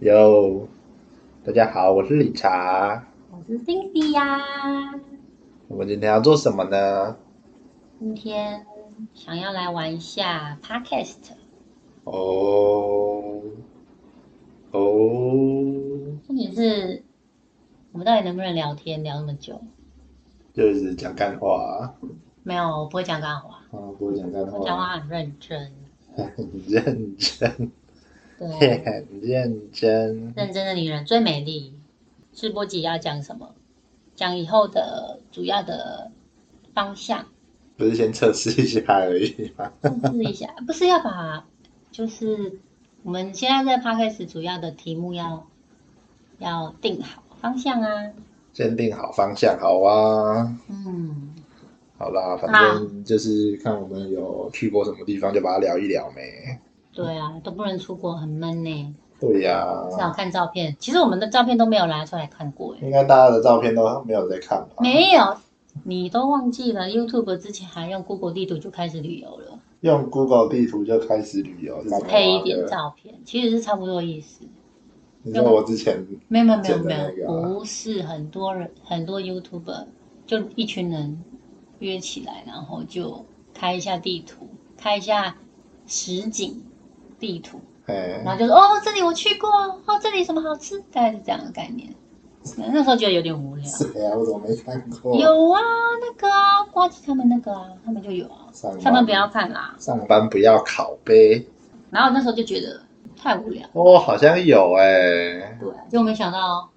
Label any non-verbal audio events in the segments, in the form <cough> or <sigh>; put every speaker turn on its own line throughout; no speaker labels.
哟，大家好，我是理查。
我是 Cindy 呀、
我们今天要做什么呢？
今天想要来玩一下 Podcast，
哦，哦，
重点是我们到底能不能聊天聊那么久？
就是讲干话。
没有，我不会讲干话，
嗯，不会讲干
我讲
话，
话很认真，
很认真， <laughs>
对，
很认真。
认真的女人最美丽。直播集要讲什么？讲以后的主要的方向，
不是先测试一下而已吗？
控制一下，不是要把就是我们现在在 Podcast 主要的题目要要定好方向啊，
先定好方向，好啊。
嗯。
好啦，反正就是看我们有去过什么地方，就把它聊一聊呗。
对啊，都不能出国，很闷呢。
对呀、
至少看照片，其实我们的照片都没有拿出来看过哎。
应该大家的照片都没有在看吧？
没有，你都忘记了，YouTube 之前还用 Google 地图就开始旅游了，
用 Google 地图就开始旅游，啊
只
干
是
嘛
配一点
的。
照片，其实是差不多意思。
你说我之前
没有没有没有
真的
没
那个
有，
啊
不是很多人，很多 YouTuber 就一群人约起来，然后就开一下地图，开一下实景地图，
哎
然，后就说哦，这里我去过，哦，这里什么好吃，大概是这样的概念。那时候觉得有点无聊。
谁啊？我怎么没看过？
有啊，那个啊，瓜吉他们那个啊，他们就有啊，
上班
他们不要看啦。
上班不要拷贝。
然后那时候就觉得太无聊，
哦，好像有哎、
对、啊，就没想到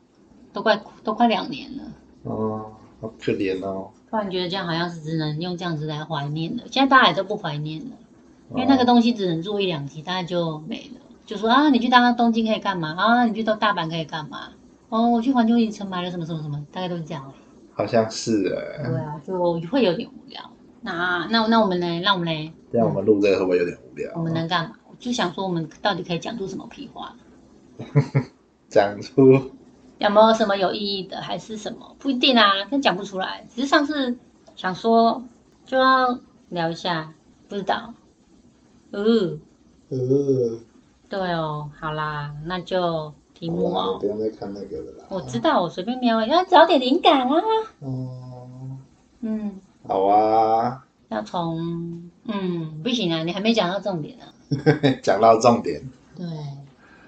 都快都快两年了，
哦，好可怜哦。
突然觉得这样好像是只能用这样子来怀念了。现在大家也都不怀念了，因为那个
都
东西只能做一两集，大概就没了。就说啊，你去大东京可以干嘛？啊，你去到大阪可以干嘛？哦，我去环球影城买了什么什么什么，大概都是这样而已。
好像是哎、
对啊，就会有点无聊。那那那我们呢？那我们呢？
这样我们录这个会不会有点无聊？
我们能干嘛？我就想说，我们到底可以讲出什么屁话？
讲
<laughs>
出
有没有什么有意义的，还是什么？不一定啊，但讲不出来。只是上次想说，就要聊一下，不知道。嗯，
呃，
对哦，好啦，那就题目
好啦，
哦
不。用再看那个了啦。
我知道，我随便瞄一下，要找点灵感啊。
嗯，
嗯，
好啊， <laughs>
要从嗯，不行啊，你还没讲到重点啊。
讲到重点，
对，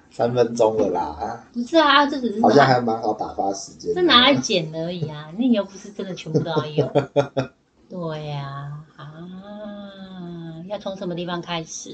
三分钟了啦，
不是啊，这只是
好像
拿
还蛮好打发时间的。
这拿来剪而已啊，那你又不是真的全部都
<laughs>
要用。对呀、啊，要从什么地方开始？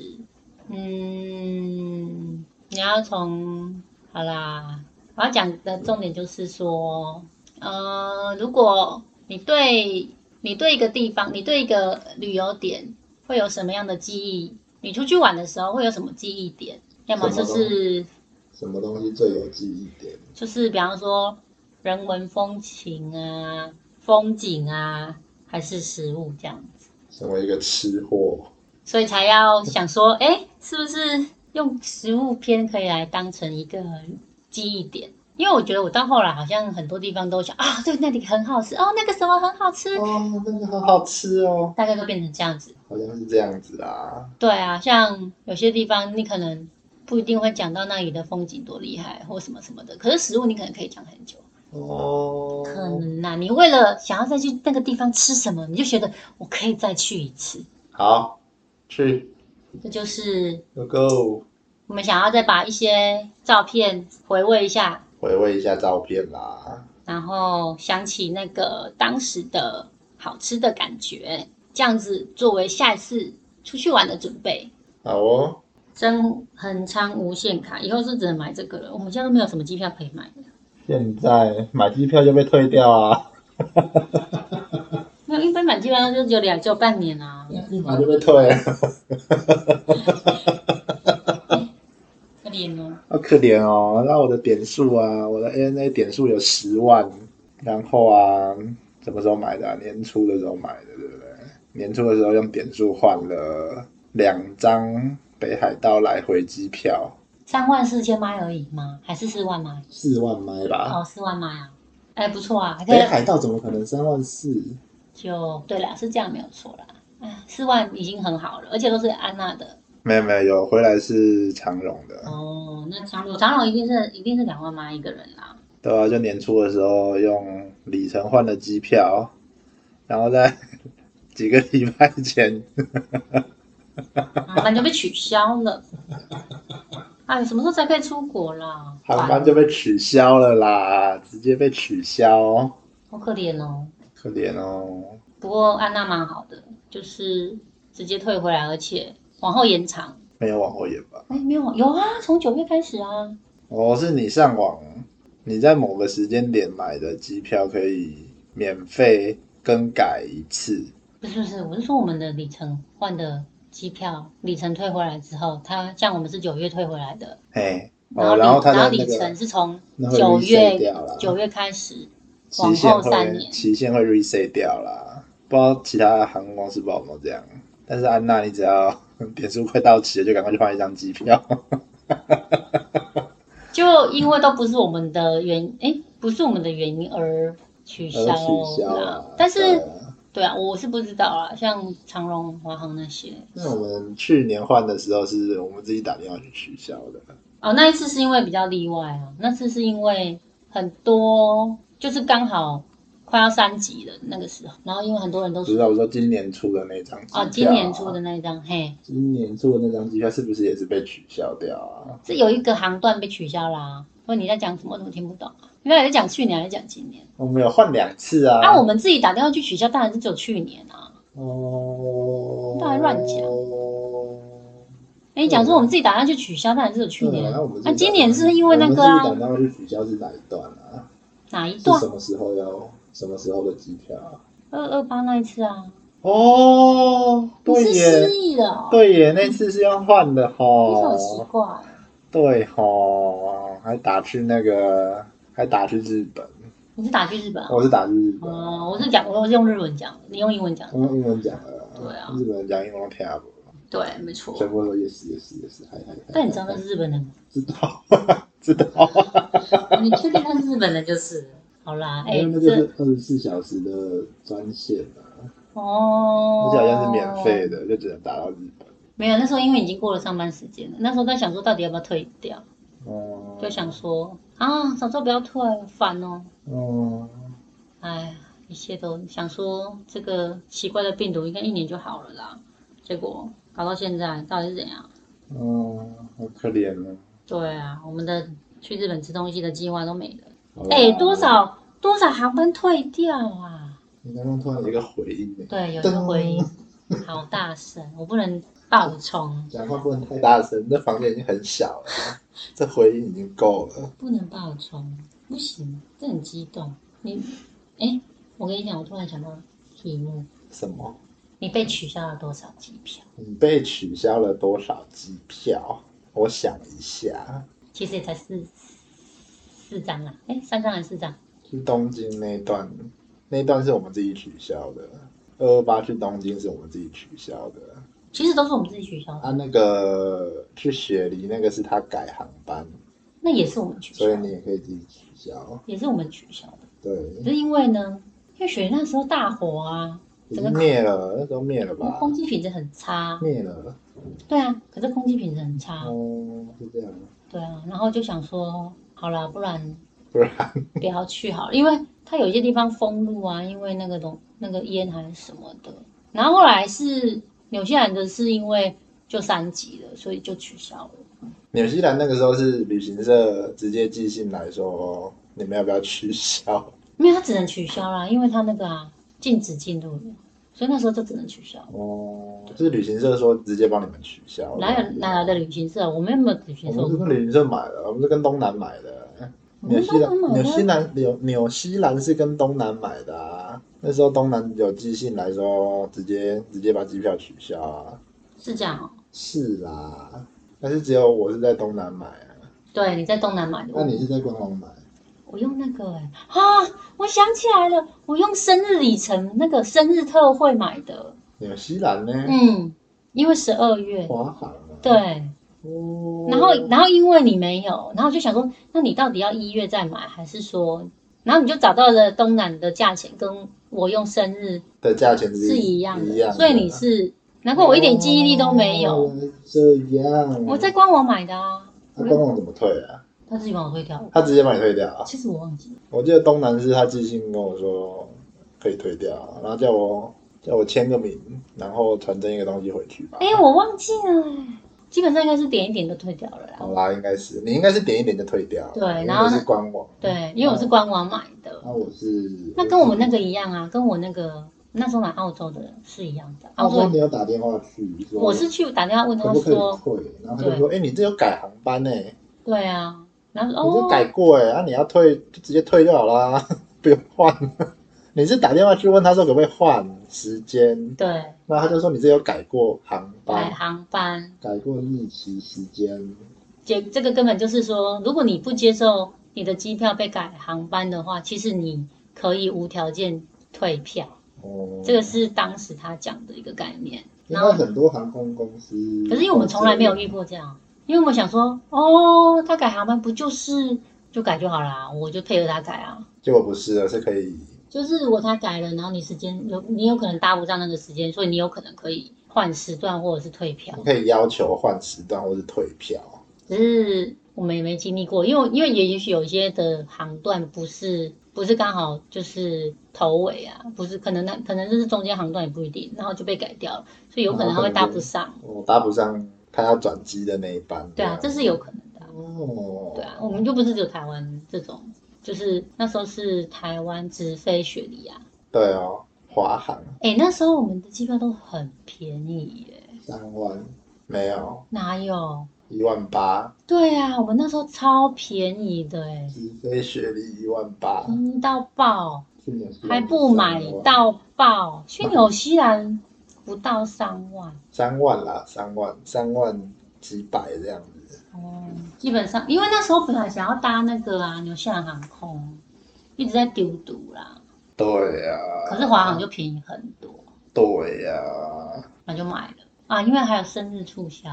嗯，你要从好啦，我要讲的重点就是说，呃，如果你对你对一个地方，你对一个旅游点会有什么样的记忆？你出去玩的时候会有什么记忆点？要么
什
就
么东
是
什么东西最有记忆点？
就是比方说人文风情啊、风景啊，还是食物这样子，
成为一个吃货，
所以才要想说，哎，是不是用食物篇可以来当成一个记忆点？因为我觉得我到后来好像很多地方都想啊，对，那里很好吃哦，那个什么很好吃，
哦，那个好好吃哦，
大概都变成这样子。
好像是这样子啦。
对啊，像有些地方你可能不一定会讲到那里的风景多厉害或什么什么的，可是食物你可能可以讲很久。
哦，
可能呐、啊你为了想要再去那个地方吃什么，你就觉得我可以再去一次。
好，去
这就是
，Go Go，
我们想要再把一些照片回味一下，
回味一下照片啦。
然后想起那个当时的好吃的感觉，这样子作为下一次出去玩的准备。
好哦，
真恒昌无限卡，以后是只能买这个了。我们现在都没有什么机票可以买了，
现在买机票就被退掉 <laughs> 啊，
没有一般买机票就只有两就半年啊。
立马就被退了，
那脸呢？
好可怜哦。那我的点数啊，我的 ANA 点数有十万，然后啊，什么时候买的、啊？年初的时候买的，对不对？年初的时候用点数换了两张北海道来回机票，
三万四千迈而已吗？还是四万迈？
四万麦吧。
哦，四万买啊，哎，不错啊，还可以
北海道怎么可能三万四？
就对啦，是这样没有错啦。哎，四万已经很好了，而且都是安娜的
没有没有，有回来是长荣的，
哦，那长荣长荣一定是一定是两万八一个人啦。
对啊，就年初的时候用里程换了机票，然后在 <laughs> 几个礼拜前，
航班啊就被取消了。哎，什么时候才可以出国啦？
航班就被取消了啦，直接被取消，
好可怜哦。
可怜哦。
不过安娜蛮好的，就是直接退回来，而且往后延长。
没有往后延吧？
哎，没有有啊，从九月开始啊。
哦，是你上网，你在某个时间点买的机票可以免费更改一次，
不是不是，我是说我们的里程换的机票，里程退回来之后，它像我们是九月退回来的，
嘿，
然后
哦，
里、
然后它
然后
的
里
那
程
个
是从
那会
九
reset
月
掉啦，
九月开始，
期
往
限
后三
会
年
期限会 reset 掉啦。不知道其他航空公司不知道有没有这样，但是安娜，你只要 <laughs> 点数快到期了，就赶快去换一张机票。
就因为都不是我们的原，哎，不是我们的原因而取消
呃 <laughs> 取消
啦
啦。
哦但是
对啊
对啊，我是不知道啦，像长荣、华航那些。
那我们去年换的时候，是我们自己打电话去取消的。
哦，那一次是因为比较例外啊，那次是因为很多就是刚好快要三级了那个时候，然后因为很多人都
不知
说
道我说今年出的那张机票、
哦，今年出的，那一张，嘿，
今年出的那张机票是不是也是被取消掉啊？
这有一个航段被取消啦。问你在讲什么？我怎么听不懂？原来你在讲去年还是讲今年？
我们有换两次啊。
啊，我们自己打电话去取消，当然是只有去年啊。
哦，
不然乱讲哎，讲说我们自己打电话去取消，当然是有去
啊对
年
啊那我们自己
啊，
打
今年是因为那个啊
我们自己打电话去取消是哪一段啊？
哪一
是
段
什？么时候要什么时候的机票啊？
二二八那一次啊，
哦，
你
对
是
耶
失，忆了哦，
对耶，那次是要换的
你好奇
吼，
怪哦。
对吼，还打去那个，还打去日本，
你是打去日本啊？
我是打去日本，
哦，我是讲，我是用日文讲的，你用英文讲的。
我用英文讲的，
对啊
日本人讲英文我听不
对，没
懂，
错
全部都 yes yes yes，嗨嗨嗨，
但你知
<laughs>
道那是日本人吗？
知道知道，
你确定他是日本人就是了？好啦，哎、
因为那就
这
是二十四小时的专线啊，
哦，
而且好像是免费。的，就只能打到日本。
没有，那时候因为已经过了上班时间了，那时候在想说到底要不要退掉，
哦，
就想说啊，早知道不要退，烦哦。
哦，
哎，一切都想说这个奇怪的病毒应该一年就好了啦，结果搞到现在到底是怎样？
哦，好可怜哦。
对啊，我们的去日本吃东西的计划都没了。
好啦
哎、多？少多少航班退掉啊？
你刚刚突然有一个回欸音呢，
对，有一个回音，好大声，我不能爆冲，
讲话不能太大声，那房间已经很
<laughs>
小了，这回音已经够了。
不能爆冲，不行，这很激动。你，哎，我跟你讲，我突然想到题目，
什么？
你被取消了多少机票？
你被取消了多少机票？我想一下，
其实也才四四张啊，哎，三张还是四张？
去东京那一段，那一段是我们自己取消的。二二八去东京是我们自己取消的，
其实都是我们自己取消的，
啊，那个去雪梨那个是他改航班，
那也是我们取消
所以
的，
你也可以自己取消。
也是我们取消的。
对，
只是因为呢，因为雪梨那时候大火啊，
已经灭了，那时候灭了吧？
空气品质很差。
灭了，
对啊，可是空气品质很差。
哦，是这样，
对啊，然后就想说，好啦，不然
<laughs> 不然
不要去好了，因为它有一些地方封路啊，因为那个东那个烟还是什么的。然后后来是纽西兰的，是因为就三级了，所以就取消了。
纽西兰那个时候是旅行社直接寄信来说，你们要不要取消？
因为它只能取消啦，因为它那个啊禁止进入了，所以那时候就只能取消。
哦，就是旅行社说直接帮你们取消。
哪有哪来的旅行社？我们又没有旅行
我
社
们是，跟旅行社买的，我们是跟东南买的。
我
纽
们
西兰，
嗯东南买的
纽西兰纽纽西兰是跟东南买的啊。那时候东南有寄信来说，直接直接把机票取消啊。
是这样哦。
是啦，但是只有我是在东南买啊，
对，你在东南买的，
那你是在官网买？
我用那个哎、啊，我想起来了，我用生日里程那个生日特惠买的，
纽西兰呢？
嗯，因为十二月，
华航啊。
对，
哦。
然后然后因为你没有，然后就想说，那你到底要一月再买，还是说，然后你就找到了东南的价钱跟我用生日
的价钱
是
一
一样的，
一样
所以你是难怪我一点记忆力都没有。
哦。这样，
我在官网买的啊，
那官网怎么退啊？
他自己帮我退掉。
他直接把你退掉啊？
其实我忘记了，
我记得东南是他寄信跟我说可以退掉，啊然后叫我叫我签个名，然后传真一个东西回去吧。
哎、我忘记了欸，基本上应该是点一点就退掉了啦。
好啦，应该是你应该是点一点就退掉，
对
因为
然后呢
是官网，啊
对，因为我是官网买的，
那我是
那跟我们那个一样啊，跟我那个那时候来澳洲的是一样的。
澳
澳
洲
洲
哦你有打电话去说，
我是去打电话问
可
他
不可以
说，
退？然后他就说，哎、你这有改航班呢、
对啊，然后
你
说
这
哦，
改过哎、那、你要退就直接退就好啦， <laughs> 不用换。 <laughs> 你是打电话去问他说可不可以换时间，
对，
然后他就说你这有改过航
改
班，
航班，
改过日期时间，
这这个根本就是说，如果你不接受你的机票被改航班的话，其实你可以无条件退票。
哦，
这个是当时他讲的一个概念。
因
然
为
后，
很多航空公司，
可是因为我们从来没有遇过这样，因为我们想说，哦，他改航班不就是就改就好啦，我就配合他改啊。
结果不是的，是可以
就是如果他改了，然后你时间有你有可能搭不上那个时间，所以你有可能可以换时段或者是退票
你。可以要求换时段或是退票，
只是我们也没经历过，因为因为也也许有一些的航段不是不是刚好就是头尾啊，不是可能那可能就是中间航段也不一定，然后就被改掉了，所以有可能他会搭不上。
我哦搭不上他要转机的那一班。
哦对啊，这是有可能的啊、
哦，
对啊，我们就不是只有台湾这种，就是那时候是台湾直飞雪梨啊，
对哦，华航
哎，那时候我们的机票都很便宜耶，
三万没有
哪有？
一万八，
对啊，我们那时候超便宜的哎，
直飞雪梨一万八，
便宜到爆，
去年是
嗯还不买到爆，去纽 <laughs> 西兰不到三万。
三万啦，三万三万几百这样子。
哦，基本上，因为那时候本来想要搭那个啊，纽西兰航空，一直在丢毒啦。
对呀、
可是华航就便宜很多，
对呀、
那就买了啊，因为还有生日促销，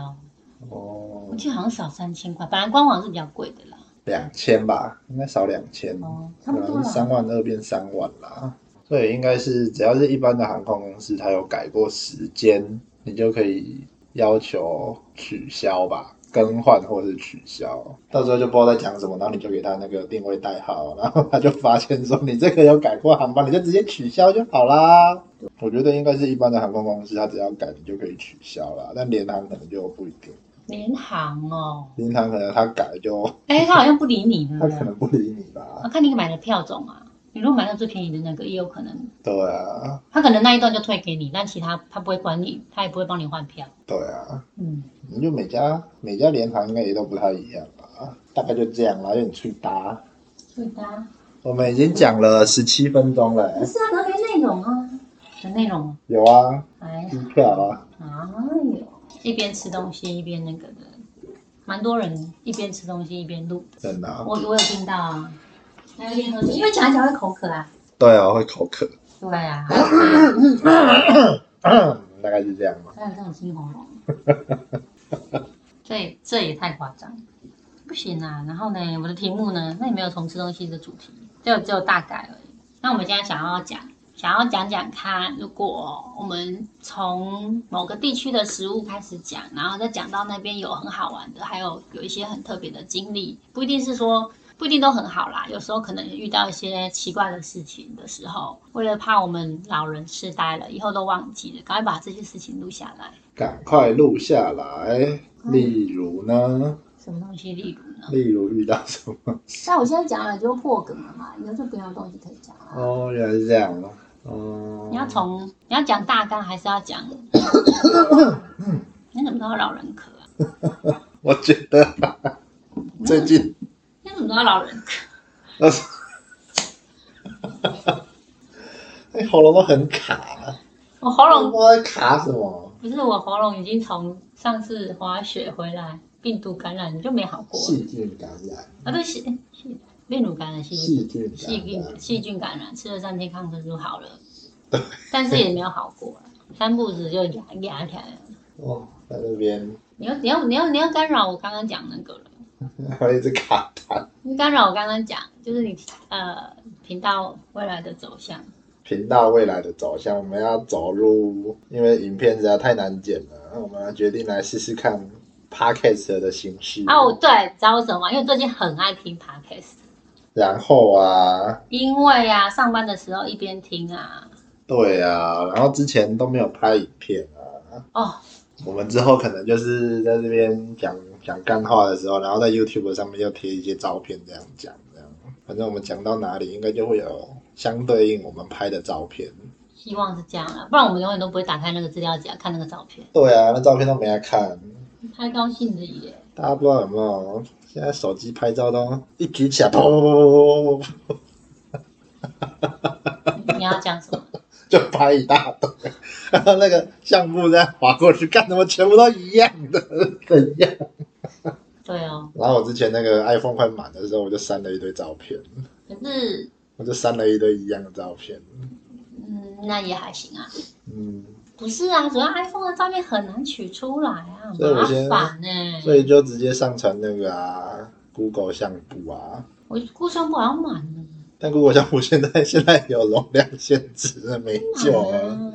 哦
我，记得好像少三千块，本来官网是比较贵的啦。
两千吧，应该少两千。
哦，差
可
不多
能是啊三
啦。
万二变三万啦。所以应该是只要是一般的航空公司，它有改过时间，你就可以要求取消吧，更换或是取消。到时候就不知道在讲什么，然后你就给他那个定位代号，然后他就发现说你这个有改过航班，你就直接取消就好啦。我觉得应该是一般的航空公司，它只要改你就可以取消啦。但联航可能就不一定，
联航哦，
联航可能它改就
哎，他好像不理你
它
了
可能不理你吧。
啊，看你买的票种啊，你如果买到最便宜的那个，也有可能
对啊，
他可能那一段就退给你，但其他他不会管你，他也不会帮你换票。
对啊。
嗯，
你就每家每家联航应该也都不太一样吧，大概就这样啦，有点去搭。
对的啊。
我们已经讲了十七分钟了、
不是啊，隔天内容啊，的内容啊
有啊，
哎呀
机票啊，
哎呦，一边吃东西一边那个的，蛮多人一边吃东西一边录的，
真的、啊，
我我有听到啊，还有一边喝水，因为讲一讲会口渴啊。
对啊，会口渴， <clears throat>
对啊， <laughs>
大概是这样吧。
还有这种新喉咙，这 <laughs> 这也太夸张了，不行啊！然后呢，我的题目呢，那也没有从吃东西的主题，只有只有大概而已。那我们现在想要讲，想要讲讲看，如果我们从某个地区的食物开始讲，然后再讲到那边有很好玩的，还有有一些很特别的经历，不一定是说。不一定都很好啦，有时候可能遇到一些奇怪的事情的时候，为了怕我们老人痴呆了，以后都忘记了，赶快把这些事情录下来。
赶快录下来。
嗯
例如呢？
什么东西，例如呢？
例如遇到什么？
但我现在讲了就破梗了嘛，以后就不要东西可以讲啊了。
哦，原来是这样啊。嗯，
你要从你要讲大纲，还是要 <coughs> 讲？你怎么知道老人咳啊？
嗯我觉
<laughs>
得、最近， <laughs>
你怎么知道老人咳？
那是哎，喉咙都很卡、啊
我喉咙
我在卡什么？
不是我喉咙已经从上次滑雪回来，病毒感染就没好过
细菌感染，
啊，对，细细病毒感染细菌
细菌
细
感
菌
染，
细菌感染，吃了三天抗生素好了，但是也没有好过啊，三步子就牙牙起来了。
哦，在那边 <laughs>
你要你要你要你要干扰我刚刚讲那个了。
还一直卡痰，
你干扰我刚刚讲，就是你呃频道未来的走向，
频道未来的走向，我们要走入，因为影片实在太难剪了，那我们决定来试试看 podcast 的形式。
啊，我对，知道为什么吗？因为我最近很爱听 podcast，
然后啊，
因为啊，上班的时候一边听啊，
对啊，然后之前都没有拍影片啊，
哦，
我们之后可能就是在这边讲讲干话的时候，然后在 YouTube 上面又贴一些照片，这样讲这样。反正我们讲到哪里，应该就会有相对应我们拍的照片。
希望是这样啊，不然我们永远都不会打开那个资料夹看那个照片，
对啊，那照片都没来看，
太高兴了耶！
大家不知道有没有？现在手机拍照都一举起来，砰砰砰砰砰砰砰
你你要讲什么？
就拍一大堆，然后那个相簿再划过去，干什么全部都一样的，怎样？
对哦，
然后我之前那个 iPhone 快满的时候，我就删了一堆照片，
可是
我就删了一堆一样的照片。
嗯，那也还行啊。
嗯，
不是啊，主要 iPhone 的照片很难取出来啊，
所以我
麻
先
烦呢、
所以就直接上传那个啊，Google 相簿啊。
我故乡不好像满了，
但 Google 相簿现在现在有容量限制，没救了。
满了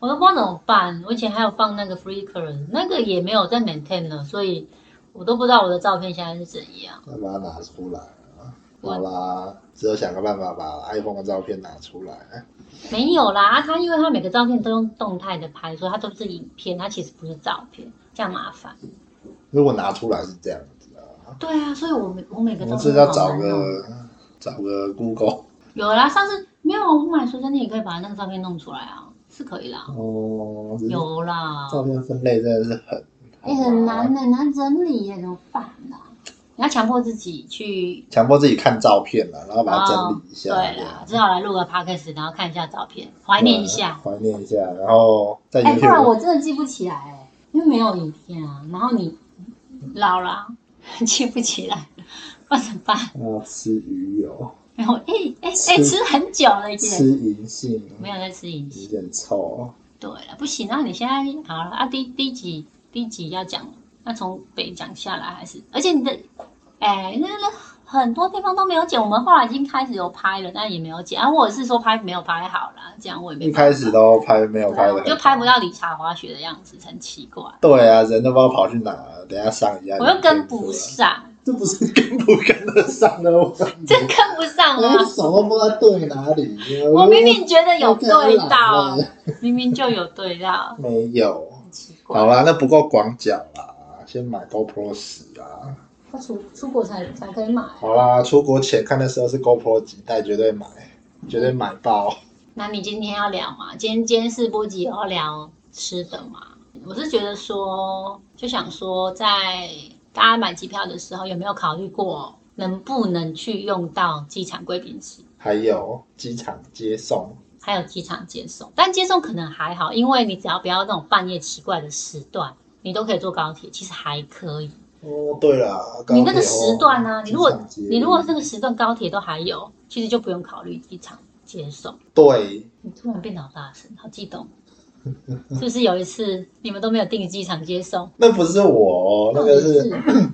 我都不知道怎么办。我以前还有放那个 Flickr，那个也没有在 maintain 了，所以我都不知道我的照片现在是怎样。
那把它拿出来啊！
我
好啦，只有想个办法把 iPhone 的照片拿出来。哎
没有啦，啊它因为它每个照片都用动态的拍，所以它都是影片，它其实不是照片，这样麻烦。
如果拿出来是这样子啊，
对啊，所以我每我每
我
个照
们
片
是
都
要
好
找
难弄
个找个 Google
有啦，上次没有我买书生，你也可以把那个照片弄出来啊，是可以啦。
哦，只是
有啦，
照片分类真的是很
哎、很难
麻烦
很难整理耶，怎么办啦、你要强迫自己去
强迫自己看照片啊了，然后把它整理一下。
哦对
这
啦，
样
只好来录个 podcast，然后看一下照片，怀念一下。
怀念一下，然后在
哎、不然
YouTube
我真的记不起来、哎，因为没有影片啊。然后你老了， <laughs> 记不起来，那怎么办？ <laughs>
要吃鱼油，
然后哎哎哎，
吃
吃很久了耶，
吃银杏，
没有在吃饮
有
食。
点臭。
对了，不行，那你现在好了啊，第第几第几要讲？那从北讲下来还是？而且你的，哎，那那很多地方都没有剪，我们后来已经开始有拍了，但也没有剪啊，或者是说拍没有拍好啦，这样我也没
一
办法
开始都拍没有
对啊
拍的
我，就拍不。到理查滑雪的样子，很奇怪，
对啊，人都不知道跑去哪了，等一下上一下。
我又跟不，上，
这不是跟不跟得上的问题
这跟不上
我
啊！
手都不知道对哪里。
我明明觉得有
我
对到
我，
明明就有对到，
没有。
很奇怪。
好啦，啊那不够广角啦，先买 GoPro 十啊。
他出出国才才可以买，啊
好啦，出国前看的时候是 GoPro 几代，绝对买，绝对买爆。
那你今天要聊嘛？今天今天试播集要聊吃的嘛？我是觉得说，就想说，在大家买机票的时候，有没有考虑过能不能去用到机场贵宾室，
还有机场接送，
还有机场接送？但接送可能还好，因为你只要不要那种半夜奇怪的时段，你都可以坐高铁，其实还可以。
哦，对了，
你那个时段
哦
呢、你如果你如果那
是
个时段高铁都还有，其实就不用考虑机场接送。
对，
你突然变老大声，好激动！是不是有一次你们都没有订机场接送？
那不是我哦， <laughs> 那个是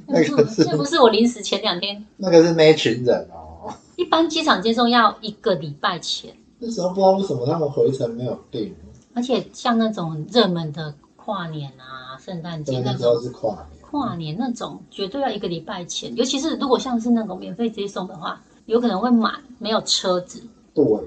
那不是，那不是我临时前两天，
那个是那一群人哦。
一般机场接送要一个礼拜前，
那时候不知道为什么他们回程没有订，
而且像那种很热门的跨年啊、圣诞节
对，那
那
时
种
候是跨年。
跨年那种，绝对要一个礼拜前，尤其是如果像是那种免费接送的话，有可能会满，没有车子，
对，
我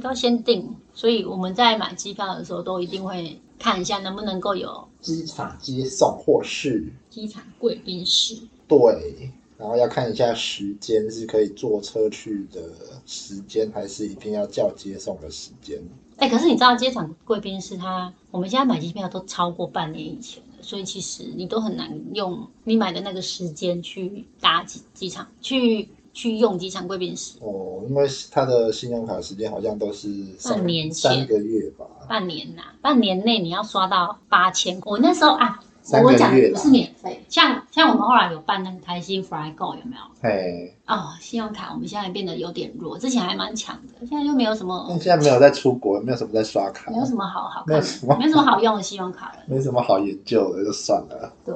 都要先订。所以我们在买机票的时候，都一定会看一下能不能够有
机场接送或是
机场贵宾室。
对，然后要看一下时间是可以坐车去的时间，还是一定要叫接送的时间。
哎、可是你知道，机场贵宾室它，我们现在买机票都超过半年以前了，所以其实你都很难用你买的那个时间去搭机机场，去去用机场贵宾室，
哦，因为他的信用卡时间哦好像都是三
半年前
三个月吧，
半年呐、半年内你要刷到八千。我那时候啊，
三个
我
月
讲的不
啦
是免费，像像我们后来有办那个台新 Fly Go 有没有？
嘿，
哦，信用卡我们现在变得有点弱，之前还蛮强的，现在就没有什
那
么
现在没有在出国，没有什么在刷卡
没，有什么好好
嗯没
看
有
的
什么，
没有什么好用的信用卡了。
没什么好研究的，就算了。
对，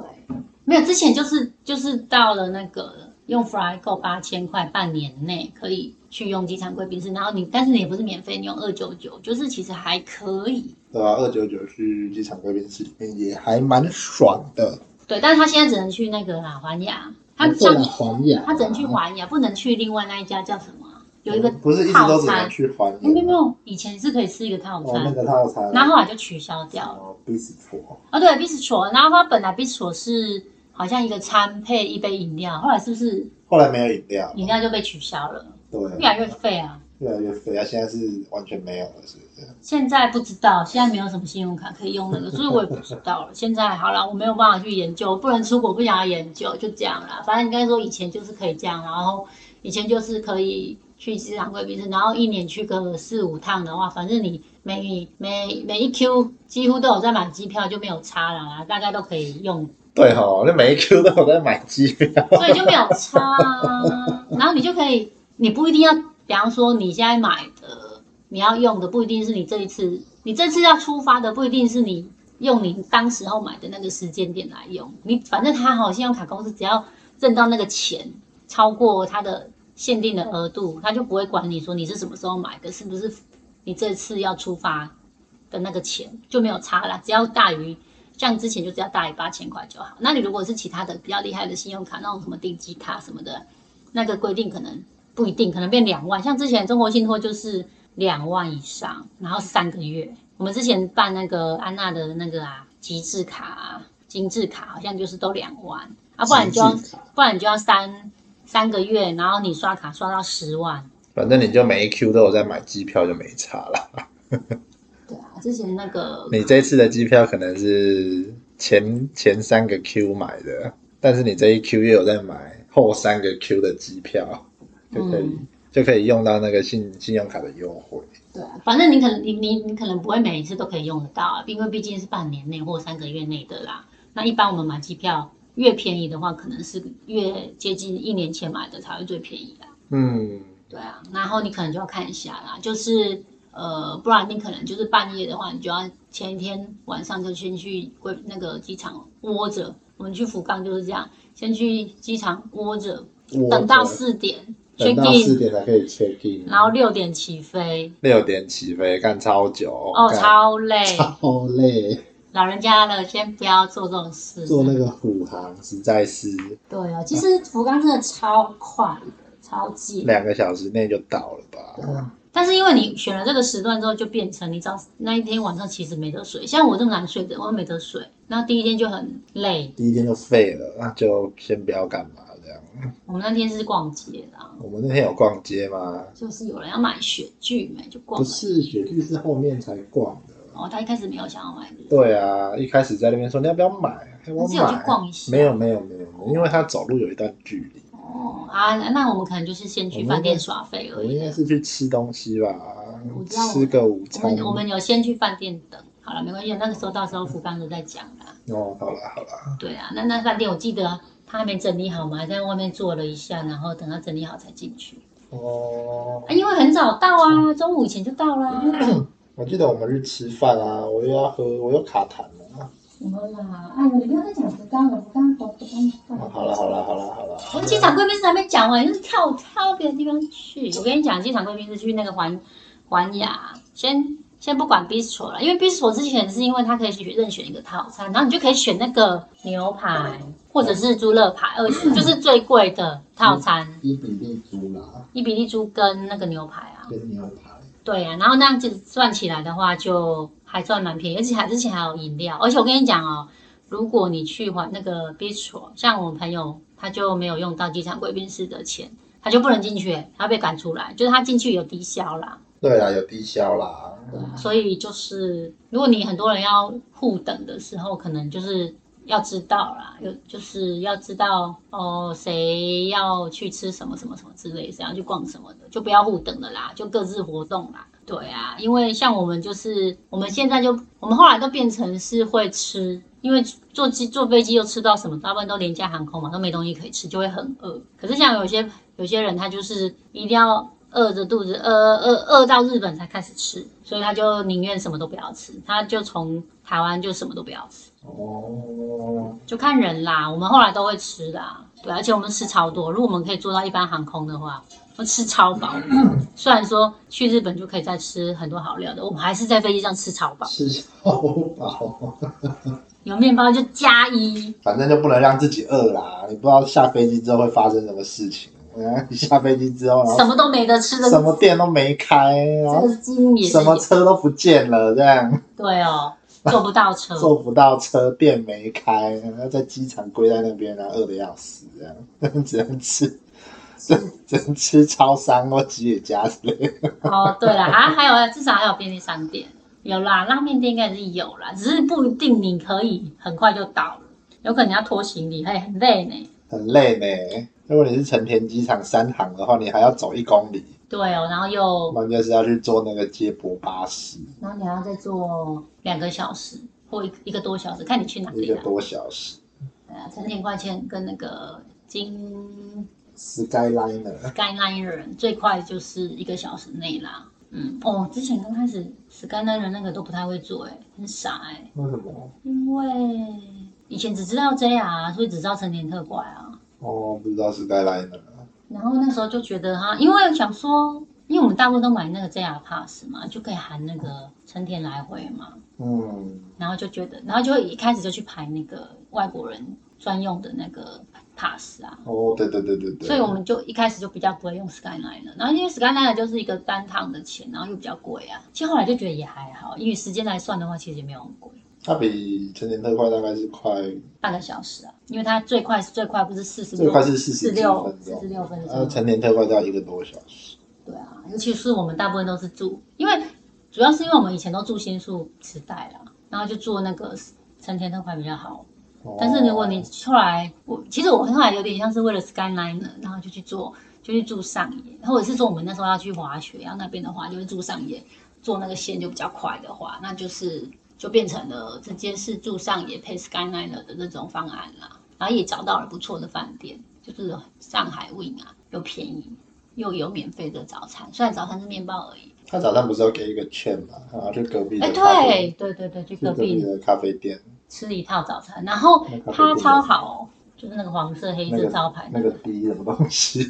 没有，之前就是就是到了那个用 FlyGo 八千块半年内可以去用机场贵宾室，然后你但是你也不是免费，你用二九九，就是其实还可以。
对吧、啊？二九九去机场贵宾室里面也还蛮爽的。
对，但是他现在只能去那个啦环亚，他
不能
像
环亚，
他只能去环亚，不能去另外那一家叫什么啊？有一个
哦嗯不是一直
套
都只能
餐，哎嗯
去环
没有没有没
亚，
有，以前是可以吃一个套
哦，那
餐，
个套餐，
然后后来就取消掉了。
哦，必死错，
啊，对，bistro，然后它本来 bistro 是好像一个餐配一杯饮料，后来是不是
后来没有饮料，
饮料就被取消了？
对，
越来越废啊！
越来越肥啊，现在是完全没有了，是不是？
现在不知道，现在没有什么信用卡可以用那个，所以我也不知道了。现在好了，我没有办法去研究，不能出国，不想要研究，就这样啦。反正应该说以前就是可以这样，然后以前就是可以去机场贵宾室，然后一年去个四五趟的话，反正你每每每一 Q 几乎都有在买机票，就没有差了啦，大概都可以用
对吼、那每一 Q 都有在买机票，
所以就没有差啊。然后你就可以，你不一定要，比方说你现在买的，你要用的不一定是你这一次，你这次要出发的不一定是你用你当时候买的那个时间点来用。你反正他好，信用卡公司只要挣到那个钱超过他的限定的额度，他就不会管你说你是什么时候买的，是不是你这次要出发的那个钱就没有差啦，只要大于像之前就只要大于八千块就好。那你如果是其他的比较厉害的信用卡，那种什么定期卡什么的，那个规定可能不一定，可能变两万。像之前中国信托就是两万以上，然后三个月。我们之前办那个安娜的那个啊，极致卡、啊、精致卡，好像就是都两万啊，不然你就要
极致卡
不然你就要三三个月，然后你刷卡刷到十万。
反正你就每一 Q 都有在买机票，就没差了。
对啊，之前那个
你这次的机票可能是前前三个 Q 买的，但是你这一 Q 又有在买后三个 Q 的机票，就可以、
嗯
就可以用到那个信信用卡的优惠。
对啊，反正你可能你你你可能不会每一次都可以用得到啊，因为毕竟是半年内或三个月内的啦。那一般我们买机票越便宜的话，可能是越接近一年前买的才会最便宜啦。
嗯，
对啊，然后你可能就要看一下啦，就是呃，不然你可能就是半夜的话，你就要前一天晚上就先去贵那个机场窝着。我们去福冈就是这样，先去机场窝着，
我
等到四点
等到四
check in，
点才可以 check in，
然后六点起飞，
六点起飞，干超久
哦，
干
超累。
超累，
老人家了，先不要做这种事。
坐那个虎航实在是
对啊，其实福冈真的超快的，超近。
两个小时内就到了吧？
但是因为你选了这个时段之后，就变成你早那一天晚上其实没得睡。像我这么难睡的，我没得睡，那第一天就很累。
第一天就废了，那就先不要干嘛这样。
我们那天是逛街的啊、
我们那天有逛街吗？
就是有人要买雪具没，就逛
不
了。
是，雪具是后面才逛的。
哦，他一开始没有想要买的。
对啊，一开始在那边说你要不要买，要
你
不
只有
要
去
买？
逛一下。
没有。没有没有，因为他走路有一段距离。
哦啊，那我们可能就是先去饭店耍费
我
而
们应
已
该。是去吃东西吧
我，知道
吃个午
我
餐
们。我们有先去饭店等，好了，没关系，那个时候到时候福冈就再讲啦。
哦，好啦好啦，
对啊，那那饭店我记得他还没整理好嘛，还在外面坐了一下，然后等他整理好才进去。
哦
啊，，因为很早到啊，中午以前就
<coughs>
到啦。
我记得我们是吃饭啊，我又要喝，我又卡痰了。
什么啦？哎，你不要再讲福冈了，福冈好，福冈
哦好啦好啦好啦好啦，
我们机场贵宾室还没讲完，就是跳跳到别的地方去。我跟你讲，机场贵宾室去那个环环亚，先先不管 bistro 了，因为 bistro 之前是因为它可以选任选一个套餐，然后你就可以选那个牛排或者是猪肋排，二十就是最贵的套餐，
伊比利猪啦，
伊比利猪跟那个牛排啊。
跟牛排。
对啊呀、然后那样子算起来的话，就还算蛮便宜，而且还之前还有饮料。而且我跟你讲哦，如果你去玩那个 bistro，像我朋友他就没有用到机场贵宾室的钱，他就不能进去，他被赶出来，就是他进去有低消啦。
对啦，有低消啦。
所以就是，如果你很多人要互等的时候，可能就是要知道啦，有就是要知道哦，谁要去吃什么什么什么之类，谁要去逛什么的，就不要互等了啦，就各自活动啦。对啊，因为像我们就是，我们现在就，我们后来都变成是会吃，因为坐机坐飞机又吃到什么，大部分都廉价航空嘛，都没东西可以吃，就会很饿。可是像有些有些人他就是一定要饿着肚子，饿饿饿到日本才开始吃，所以他就宁愿什么都不要吃，他就从台湾就什么都不要吃，
哦，
就看人啦。我们后来都会吃啦，对，而且我们吃超多。如果我们可以做到一般航空的话，我吃超
<clears throat>
饱。虽然说去日本就可以再吃很多好料的，我们还是在飞机上吃超饱，
吃超饱，
有面包就加一。
反正就不能让自己饿啦。你不知道下飞机之后会发生什么事情。嗯，你下飞机之后，
什
然
么都没得吃
后
的，
哦什么店都没开，然
这
后
个经也是
什么车都不见了，这样
对哦，坐不到车，
<laughs> 坐不到车，店没开，然后在机场跪在那边，然后饿的要死，这样只能吃，只只能吃超商或吉野家之类的。
哦，对了，啊，还有至少还有便利商店，有啦，拉面店应该也是有啦，只是不一定你可以很快就到了，有可能要拖行李，嘿，哎很累呢。
很累呢。如果你是成田机场三航的话，你还要走一公里，
对哦，然后又，
那就是要去坐那个接驳巴士，
然后你还要再坐两个小时或一一个多小时，看你去哪
一
里
个
啦。
多小时。
对啊，成田快线跟那个金
Skyliner，
Skyliner 最快就是一个小时内啦。嗯，哦，之前刚开始 Skyliner 那个都不太会坐、哎，很傻哎、
为什么？
因为以前只知道 JR，所以只知道成年特怪啊。
哦，不知道 Skyliner。啊
然后那时候就觉得哈，因为想说，因为我们大部分都买那个 JR Pass 嘛，就可以含那个成田来回嘛，
嗯，
然后就觉得，然后就会一开始就去排那个外国人专用的那个 Pass 啊，
哦，对对对对对。
所以我们就一开始就比较不会用 Skyline 了。然后因为 Skyline 就是一个单趟的钱，然后又比较贵啊，其实后来就觉得也还好，因为时间来算的话，其实也没有很贵。
它比成年特快大概是快，
半个小时啊，因为它最快最快不是四十
最快是四
四
十
六
分
四十
钟，
六分
呃，
钟，
成年特快都要一个多小时。
对啊，尤其是我们大部分都是住，因为主要是因为我们以前都住新宿时代啦，然后就住那个成田特快比较好。
哦
但是如果你后来，我其实我后来有点像是为了 Skyline，然后就去做，就去住上野，或者是说我们那时候要去滑雪，啊然后那边的话就是住上野，坐那个线就比较快的话，那就是就变成了直接是住上野配 Skyline 的这种方案啦。然后也找到了不错的饭店，就是上海 Win 啊，又便宜又有免费的早餐，虽然早餐是面包而已。
他早上不是要给一个券嘛，然后去隔壁
哎，
的咖啡，
对对对对，去
去
隔
隔壁
壁
的咖啡店，
吃一套早餐，然后
那咖啡
它
店
超好哦，就是那个黄色黑
那
色
个
招牌
那
的
个 D 什么东西，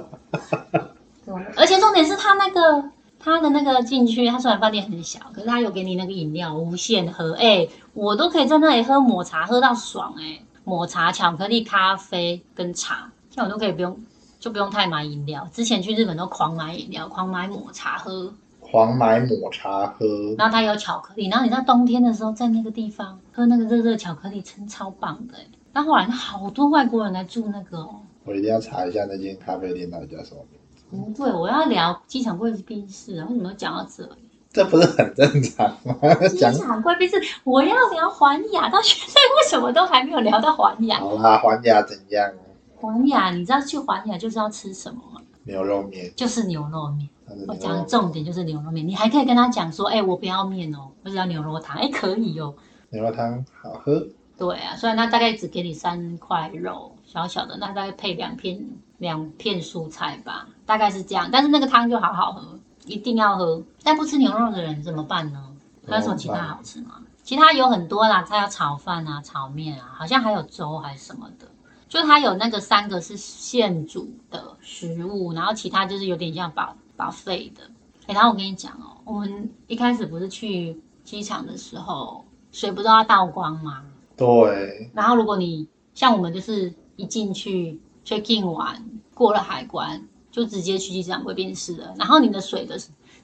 对而且重点是他那个他的那个进去，他虽然饭店很小，可是他有给你那个饮料无限喝，哎、我都可以在那里喝抹茶，喝到爽哎、抹茶、巧克力、咖啡跟茶，像我都可以不用，就不用太买饮料。之前去日本都狂买饮料，狂买抹茶喝，
黄买抹茶喝，
然后它有巧克力，然后你在冬天的时候在那个地方喝那个热热巧克力，真超棒的、欸。那后来好多外国人来住那个、哦，
我一定要查一下那间咖啡店到底叫什么名。
嗯，对，我要聊机场贵宾室啊，为什么讲到这里？
这不是很正常吗？呃讲
机场贵宾室，我要聊环亚，到现在为什么都还没有聊到环亚？
好啦，还牙怎样？
环亚，你知道去环亚就是要吃什么吗？
牛肉面，
就是牛肉面。
它的牛
我
肉
讲的重点就是牛肉面，你还可以跟他讲说，哎、我不要面哦，我只要牛肉汤，哎、可以哦。
牛肉汤好喝，
对啊，虽然他大概只给你三块肉，小小的，那大概配两片两片蔬菜吧，大概是这样。但是那个汤就好好喝，一定要喝。但不吃牛肉的人怎么办呢？还有什么其他好吃吗？其他有很多啦，它有炒饭啊、炒面啊，好像还有粥还是什么的。就它有那个三个是现煮的食物，然后其他就是有点像把把费的。哎、然后我跟你讲哦，我们一开始不是去机场的时候，水不都要倒光吗？
对，
然后如果你像我们就是一进去 check in 完，过了海关就直接去机场贵宾室了，然后你的水的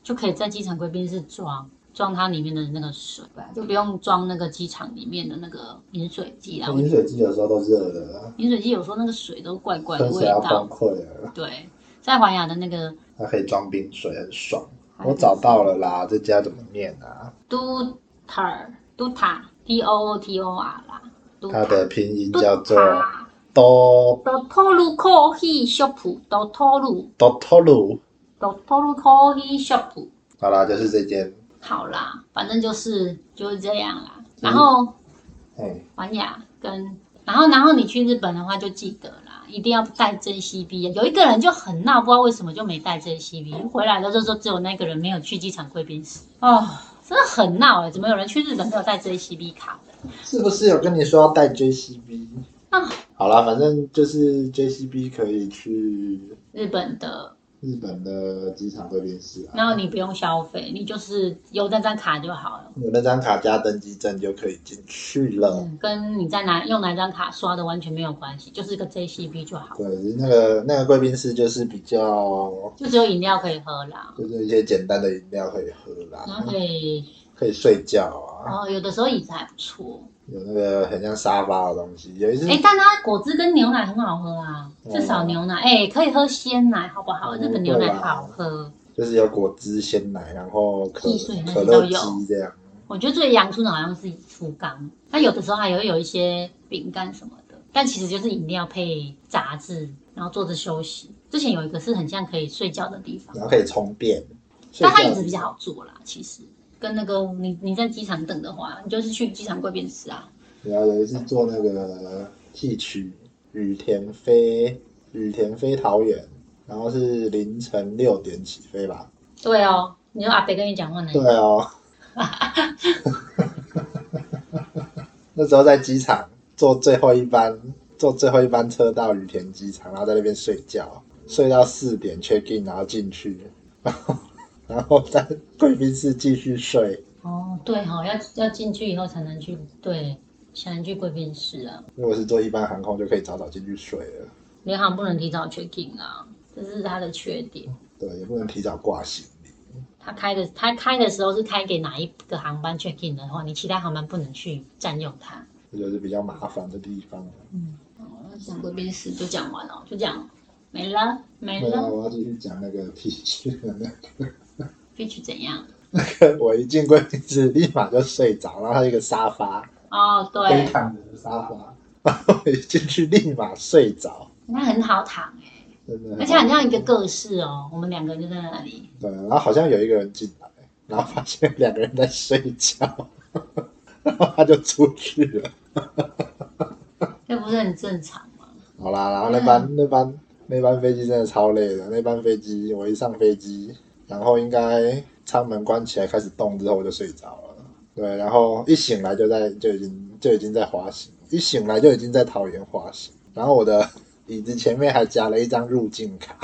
就可以在机场贵宾室装。装它里面的那个水吧，就不用装那个机场里面的那个饮水机啦。
饮水机有时候都热的，
饮水机有时候那个水都怪怪的
喝
味
起来要崩
道。
溃了。
对，在环亚的那个
它可以装冰水，很爽。
还有
我找到了啦，这家怎么念啊？
d 塔尔 d 塔 D O O T O R 啦，d
它的拼音
d
叫做
a
Do
Dotoru Coffee Shop Dotoru
Dotoru。
Dotoru Coffee Shop。
好啦，就是这间。
好啦，反正就是就是这样啦。然后
哎，
环雅跟然后然后你去日本的话就记得啦，一定要带真 C B。有一个人就很闹，不知道为什么就没带真 C B，回来的时候就只有那个人没有去机场贵宾室。哦，真的很闹哎、怎么有人去日本没有带真 C B 卡的？
是不是有跟你说要带 JCB？
啊
好啦，反正就是 JCB 可以去
日本的，
日本的机场贵宾室啊，
然后你不用消费，你就是有那张卡就好了。
有那张卡加登机证就可以进去了。
嗯，跟你在哪用哪张卡刷的完全没有关系，就是个 JCB 就好，
对，就是那个那个贵宾室就是比较，
就只有饮料可以喝啦，
就是一些简单的饮料可以喝啦，
然后可以
可以睡觉啊，
哦，有的时候椅子还不错，
有那个很像沙发的东西。有一次，
哎、但它果汁跟牛奶很好喝啊，
嗯哦
至少牛奶，哎、可以喝鲜奶，好不好？
哦啊
日本牛奶好喝，
就是有果汁、鲜奶，然后可
汽水那
可
些都
乐
有
鸡这样。
我觉得最洋出的好像是福冈，那有的时候还有有一些饼干什么的，但其实就是饮料配杂志，然后坐着休息。之前有一个是很像可以睡觉的地方，
然后可以充电。
但它椅子比较好坐啦，其实跟那个你你在机场等的话，你就是去机场贵宾室啊，
然后有一次坐那个戏曲羽田飞羽田飞桃园，然后是凌晨六点起飞吧？
对哦。你说阿北跟你讲话呢
对？哦，那时候在机场坐最后一班，坐最后一班车到羽田机场，然后在那边睡觉，睡到四点 check in，然后进去， <laughs> 然后然后在贵宾室继续睡。
哦，对哦，要要进去以后才能去，对，才能去贵宾室啊。
如果是坐一般航空，就可以早早进去睡了，
联航不能提早 check in 啊，这是它的缺点。
对，也不能提早挂行李。
它开的，它开的时候是开给哪一个航班 check in 的话，你其他航班不能去占用它。
这就是比较麻烦的地方。
哦，讲贵宾室就讲完了，就这样，没了，没
对啊，
了。
我要继续讲那个 T 恤的那
Fitch 怎样？
个， <laughs> 我一进贵宾室立马就睡着，然后它有一个沙发，
哦，
可以
对，
躺着的沙发， <laughs> 然后我一进去立马睡着，
那很好躺哎、
真的。
而且很像一个个室哦。我们两个就在那里，
对，然后好像有一个人进来，然后发现两个人在睡觉， <laughs> 然后他就出去了。
这不是很正常吗？
好啦，然后那班、那班那班飞机真的超累的，那班飞机我一上飞机，然后应该舱门关起来开始动之后我就睡着了，对，然后一醒来就在就已经就已经在滑行，一醒来就已经在桃园滑行，然后我的 <laughs> 椅子前面还夹了一张入境卡，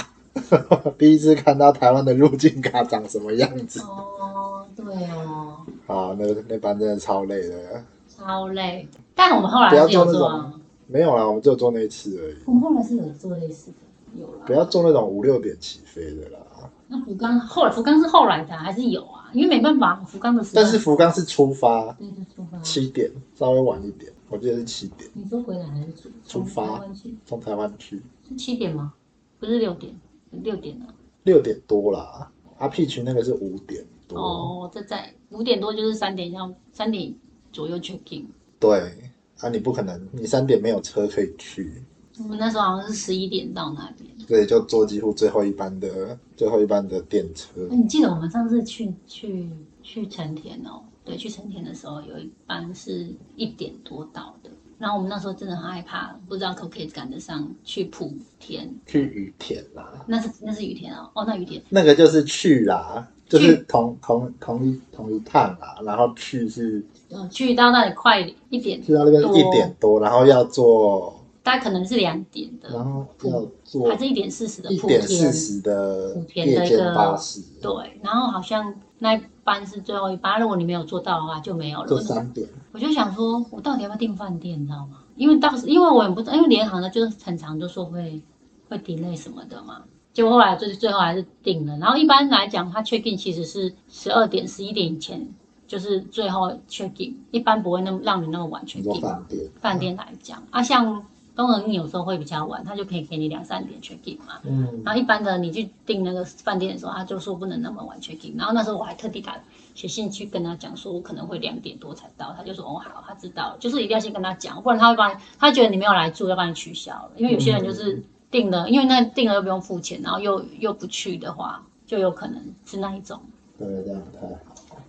<laughs> 第一次看到台湾的入境卡长什么样子
哦，对哦，
啊，那那班真的超累的，
超累。但我们后来
不要
是有
做那
做
种
啊，
没有啦，我们就做那一次而已，
我们后来是有做类似的，有啦
不。要做那种五六点起飞的啦。
那福冈后来福冈是后来的啊、还是有啊？因为没办法，福冈的时
但
段
是福冈是出发
对就出发。
七点，稍微晚一点，我记得是七点
你说回来还是出
出发
从台湾去
从台湾去，
是七点吗？不是六点，六点啊。
六点多啦。阿 P 群那个是五点多，
哦，这在五点多就是三点要三点左右 check
嗯
in。
对，啊你不可能，你三点没有车可以去，
我们那时候好像是十一点到那边。
所以就坐几乎最后一班的最后一班的电车
那、，你记得我们上次去去去成田哦，对，去成田的时候有一班是一点多到的，然后我们那时候真的很害怕，不知道可不可以赶得上去莆田，
去羽田啦，
那是那是雨田哦，哦那雨田
那个就是去啦，就是
去
同同同一同一趟啦，然后去是
呃，去到那里快一点，
去到那边是啊一
多
点多，然后要坐，
大概可能是两点
然
的，
后要坐
还是一点四十的
一
莆
点四
田。
十的
莆田
夜
的一
间
个
巴士，
对，然后好像那一班是最后一班，如果你没有做到的话就没有
就
了。
三点。
我就想说，我到底要不要订饭店，你知道吗？因为当时因为我也不知道，因为联航呢就是很常就说会会 delay 什么的嘛。结果后来就是最后还是定了。然后一般来讲，它 check in 其实是十二点、十一点以前，就是最后 check in，一般不会那么让你那么晚 check
你说
in。
饭店，
饭店来讲啊，像东恒有时候会比较晚，他就可以给你两三点 check in 嘛。
嗯，
然后一般的你去订那个饭店的时候，他就说不能那么晚 check in。然后那时候我还特地打写信去跟他讲说，我可能会两点多才到，他就说哦好，他知道了，就是一定要先跟他讲，不然他会帮你，他觉得你没有来住，要帮你取消了。因为有些人就是订了，因为那订了又不用付钱，然后又又不去的话，就有可能是那一种。
对，这样不太好。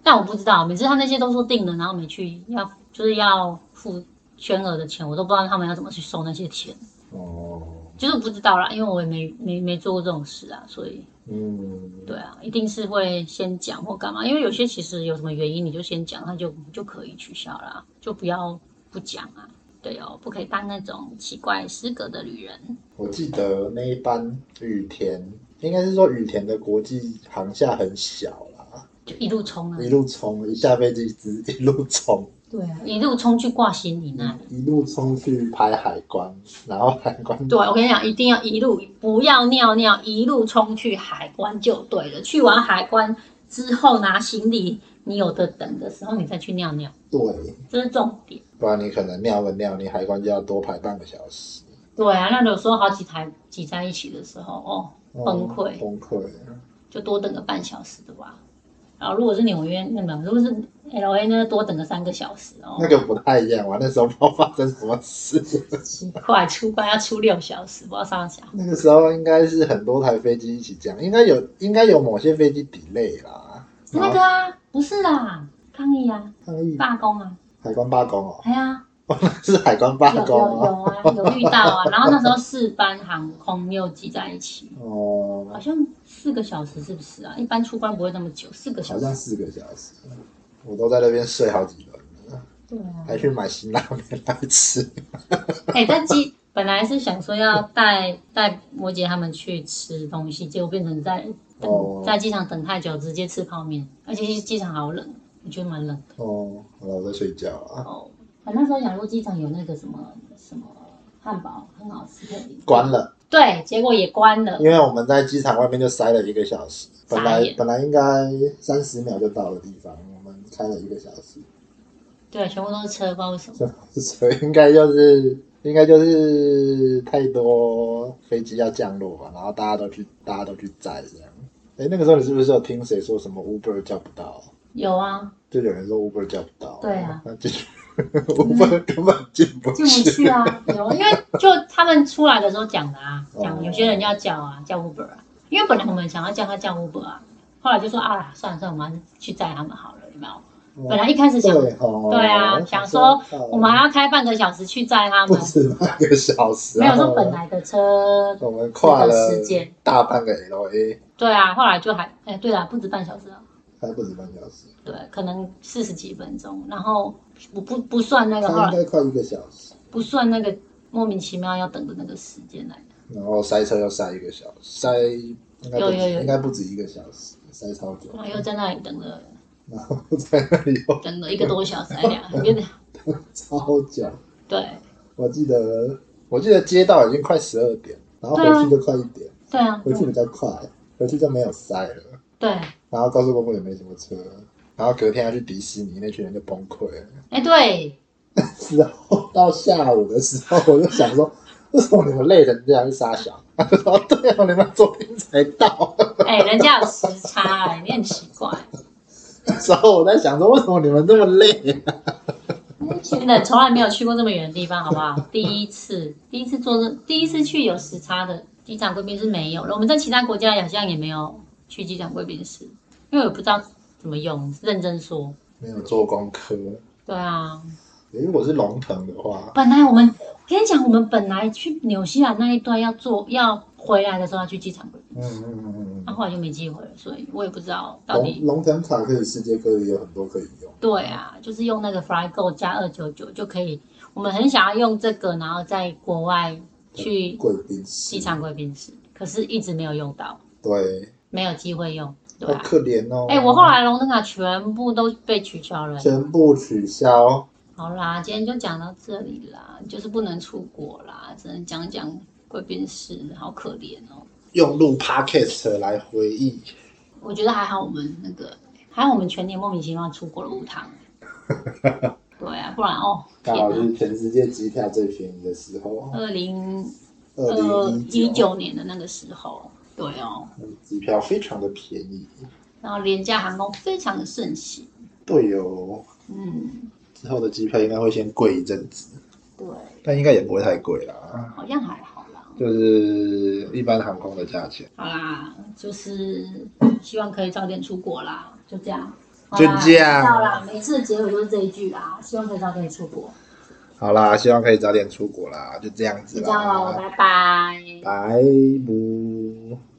但我不知道，每次他那些都说定了，然后没去，要就是要付全额的钱，我都不知道他们要怎么去收那些钱。
哦，
就是不知道啦，因为我也没没没做过这种事啊，所以
嗯，
对啊，一定是会先讲或干嘛，因为有些其实有什么原因你就先讲，那就就可以取消啦，就不要不讲啊。对哦，不可以当那种奇怪失格的旅人。
我记得那一班羽田，应该是说羽田的国际航厦很小啦，
就一路冲啊
一！路冲，一下飞机直一路冲，
对啊，一路冲去挂行李那里。
一路冲去拍海关，然后海关
对，我跟你讲，一定要一路不要尿尿，一路冲去海关就对了。去完海关之后拿行李，你有的等的时候你再去尿尿，
对，
这是重点。
不然你可能尿个尿，你海关就要多排半个小时，
对啊，那有时候好几台挤在一起的时候，哦，
哦
崩溃
崩溃，
就多等个半小时的吧。然后如果是纽约，那么如果是 L A 呢，多等个三个小时哦
那，个不太一样，我那时候不知道发生什么事，
奇怪，出关要出六小时，不知道上下。
那个时候应该是很多台飞机一起降，应该有应该有某些飞机 delay 啦，
那个啊，不是啦，抗议啊，
抗议
罢工啊，
海关罢工哦， <laughs>
哎呀、
是海关罢
有有
工哦，
有啊，有遇到
<laughs>
啊。然后那时候四班航空又挤在一起，好
哦，
像四个小时是不是啊？一般出关不会那么久，四个小
好像
时。
四个小时，我都在那边睡好几轮，
对啊，
还去买辛拉面来吃， <laughs>
哎，在机本来是想说要带带摩姐他们去吃东西，结果变成在等、
哦
在机场等太久，直接吃泡面，而且机场好冷，我觉得蛮冷的。
哦，好了，我在睡觉啊，
哦，我那时候想说机场有那个什么什么汉堡很好吃的，
关了。
对，结果也关了。
因为我们在机场外面就塞了一个小时，本
傻
来
眼
本来应该三十秒就到的地方，我们开了一个小时，
对，全部都是车，不知道为什么。
<laughs> 所以应该就是应该就是太多飞机要降落吧，然后大家都去大家都去载这样。哎，那个时候你是不是有听谁说什么 Uber 叫不到？
有啊，
就有人说 Uber 叫不到，
对啊，嗯
那进 Uber 根本进不
进不去啊，有，因为就他们出来的时候讲的啊，
哦
讲有些人要叫啊，叫 Uber 啊，因为本来我们想要叫他叫 Uber 啊，后来就说啊，算了算了，我们还是去载他们好了，有没有？本来一开始想，
哦对哦，
对啊，想说我们还要开半个小时去载他
哦不
们，
止半个小时
没
啊，
有说本来的车，
我们跨了
时间
大半个 L A，
对啊，后来就还，哎，对啦，不止半小时啊，
还不止半小时，
对，可能四十几分钟，然后不不不算那个，后
它应
来
该快一个小时，
不算那个莫名其妙要等的那个时间来。
然后塞车又塞一个小时，塞应该不
有
止
有有
应该不止一个小时，塞超久，
然后又在那里等了
然后在那里又
等了一个多小时，还
<laughs>
两个月。
超久。
对
我记得我记得街道已经快十二点，然后回去就快一点，
对啊，
回去比较快，回去就没有塞了，
对，哎、
然后高速公路也没什么车。然后隔天要去迪士尼，那群人就崩溃了。
哎对，
之后到下午的时候，我就想说，为什么你们累成这样？是傻小？他就说：“对哦，你们昨天才到。”
哎、人家有时差、哎，你很奇怪，
时候我在想说，为什么你们这么累？
哎真的从来没有去过这么远的地方，好不好？第一次，第一次坐这，第一次去有时差的机场贵宾室没有了。我们在其他国家好像也没有去机场贵宾室，因为我不知道怎么用，认真说。
没有做功课。
对啊，
如果是龙腾的话，
本来我们，我跟你讲，我们本来去纽西兰那一段要坐，要回来的时候要去机场贵宾室
嗯嗯嗯嗯
那、后来就没机会了，所以我也不知道到
龙
底。
龙腾卡可以世界各地有很多可以用。
对啊，就是用那个 FlyGo 加二九九就可以。我们很想要用这个，然后在国外去
贵宾室
机场贵宾室，可是一直没有用到，
对，
没有机会用。对
好
啊，
可怜哦。
哎、我后来龙灯卡全部都被取消了。
全部取消。
好啦，今天就讲到这里啦，就是不能出国啦，只能讲讲贵宾室，好可怜哦。
用录 podcast 来回忆，
我觉得还好，我们那个还好，我们全年莫名其妙出国了
<laughs>
五趟。对啊，不然哦，天
刚好
哪！
是全世界机票最便宜的时候，
二零
二
呃
零
一
一，
九年的那个时候，对哦，
机票非常的便宜。
然后廉价航空非常的盛行，
对哦，
嗯，
之后的机票应该会先贵一阵子，
对，
但应该也不会太贵啦，
好像还好啦。
就是一般航空的价钱。
好啦，就是希望可以早点出国啦，就这样。
就这样
好啦，知道啦每次的结尾都是这一句啦，希望可以早点出国。
好啦，希望可以啊早点出国啦，就这样子
就这样喽，
啦，
拜拜。
拜拜。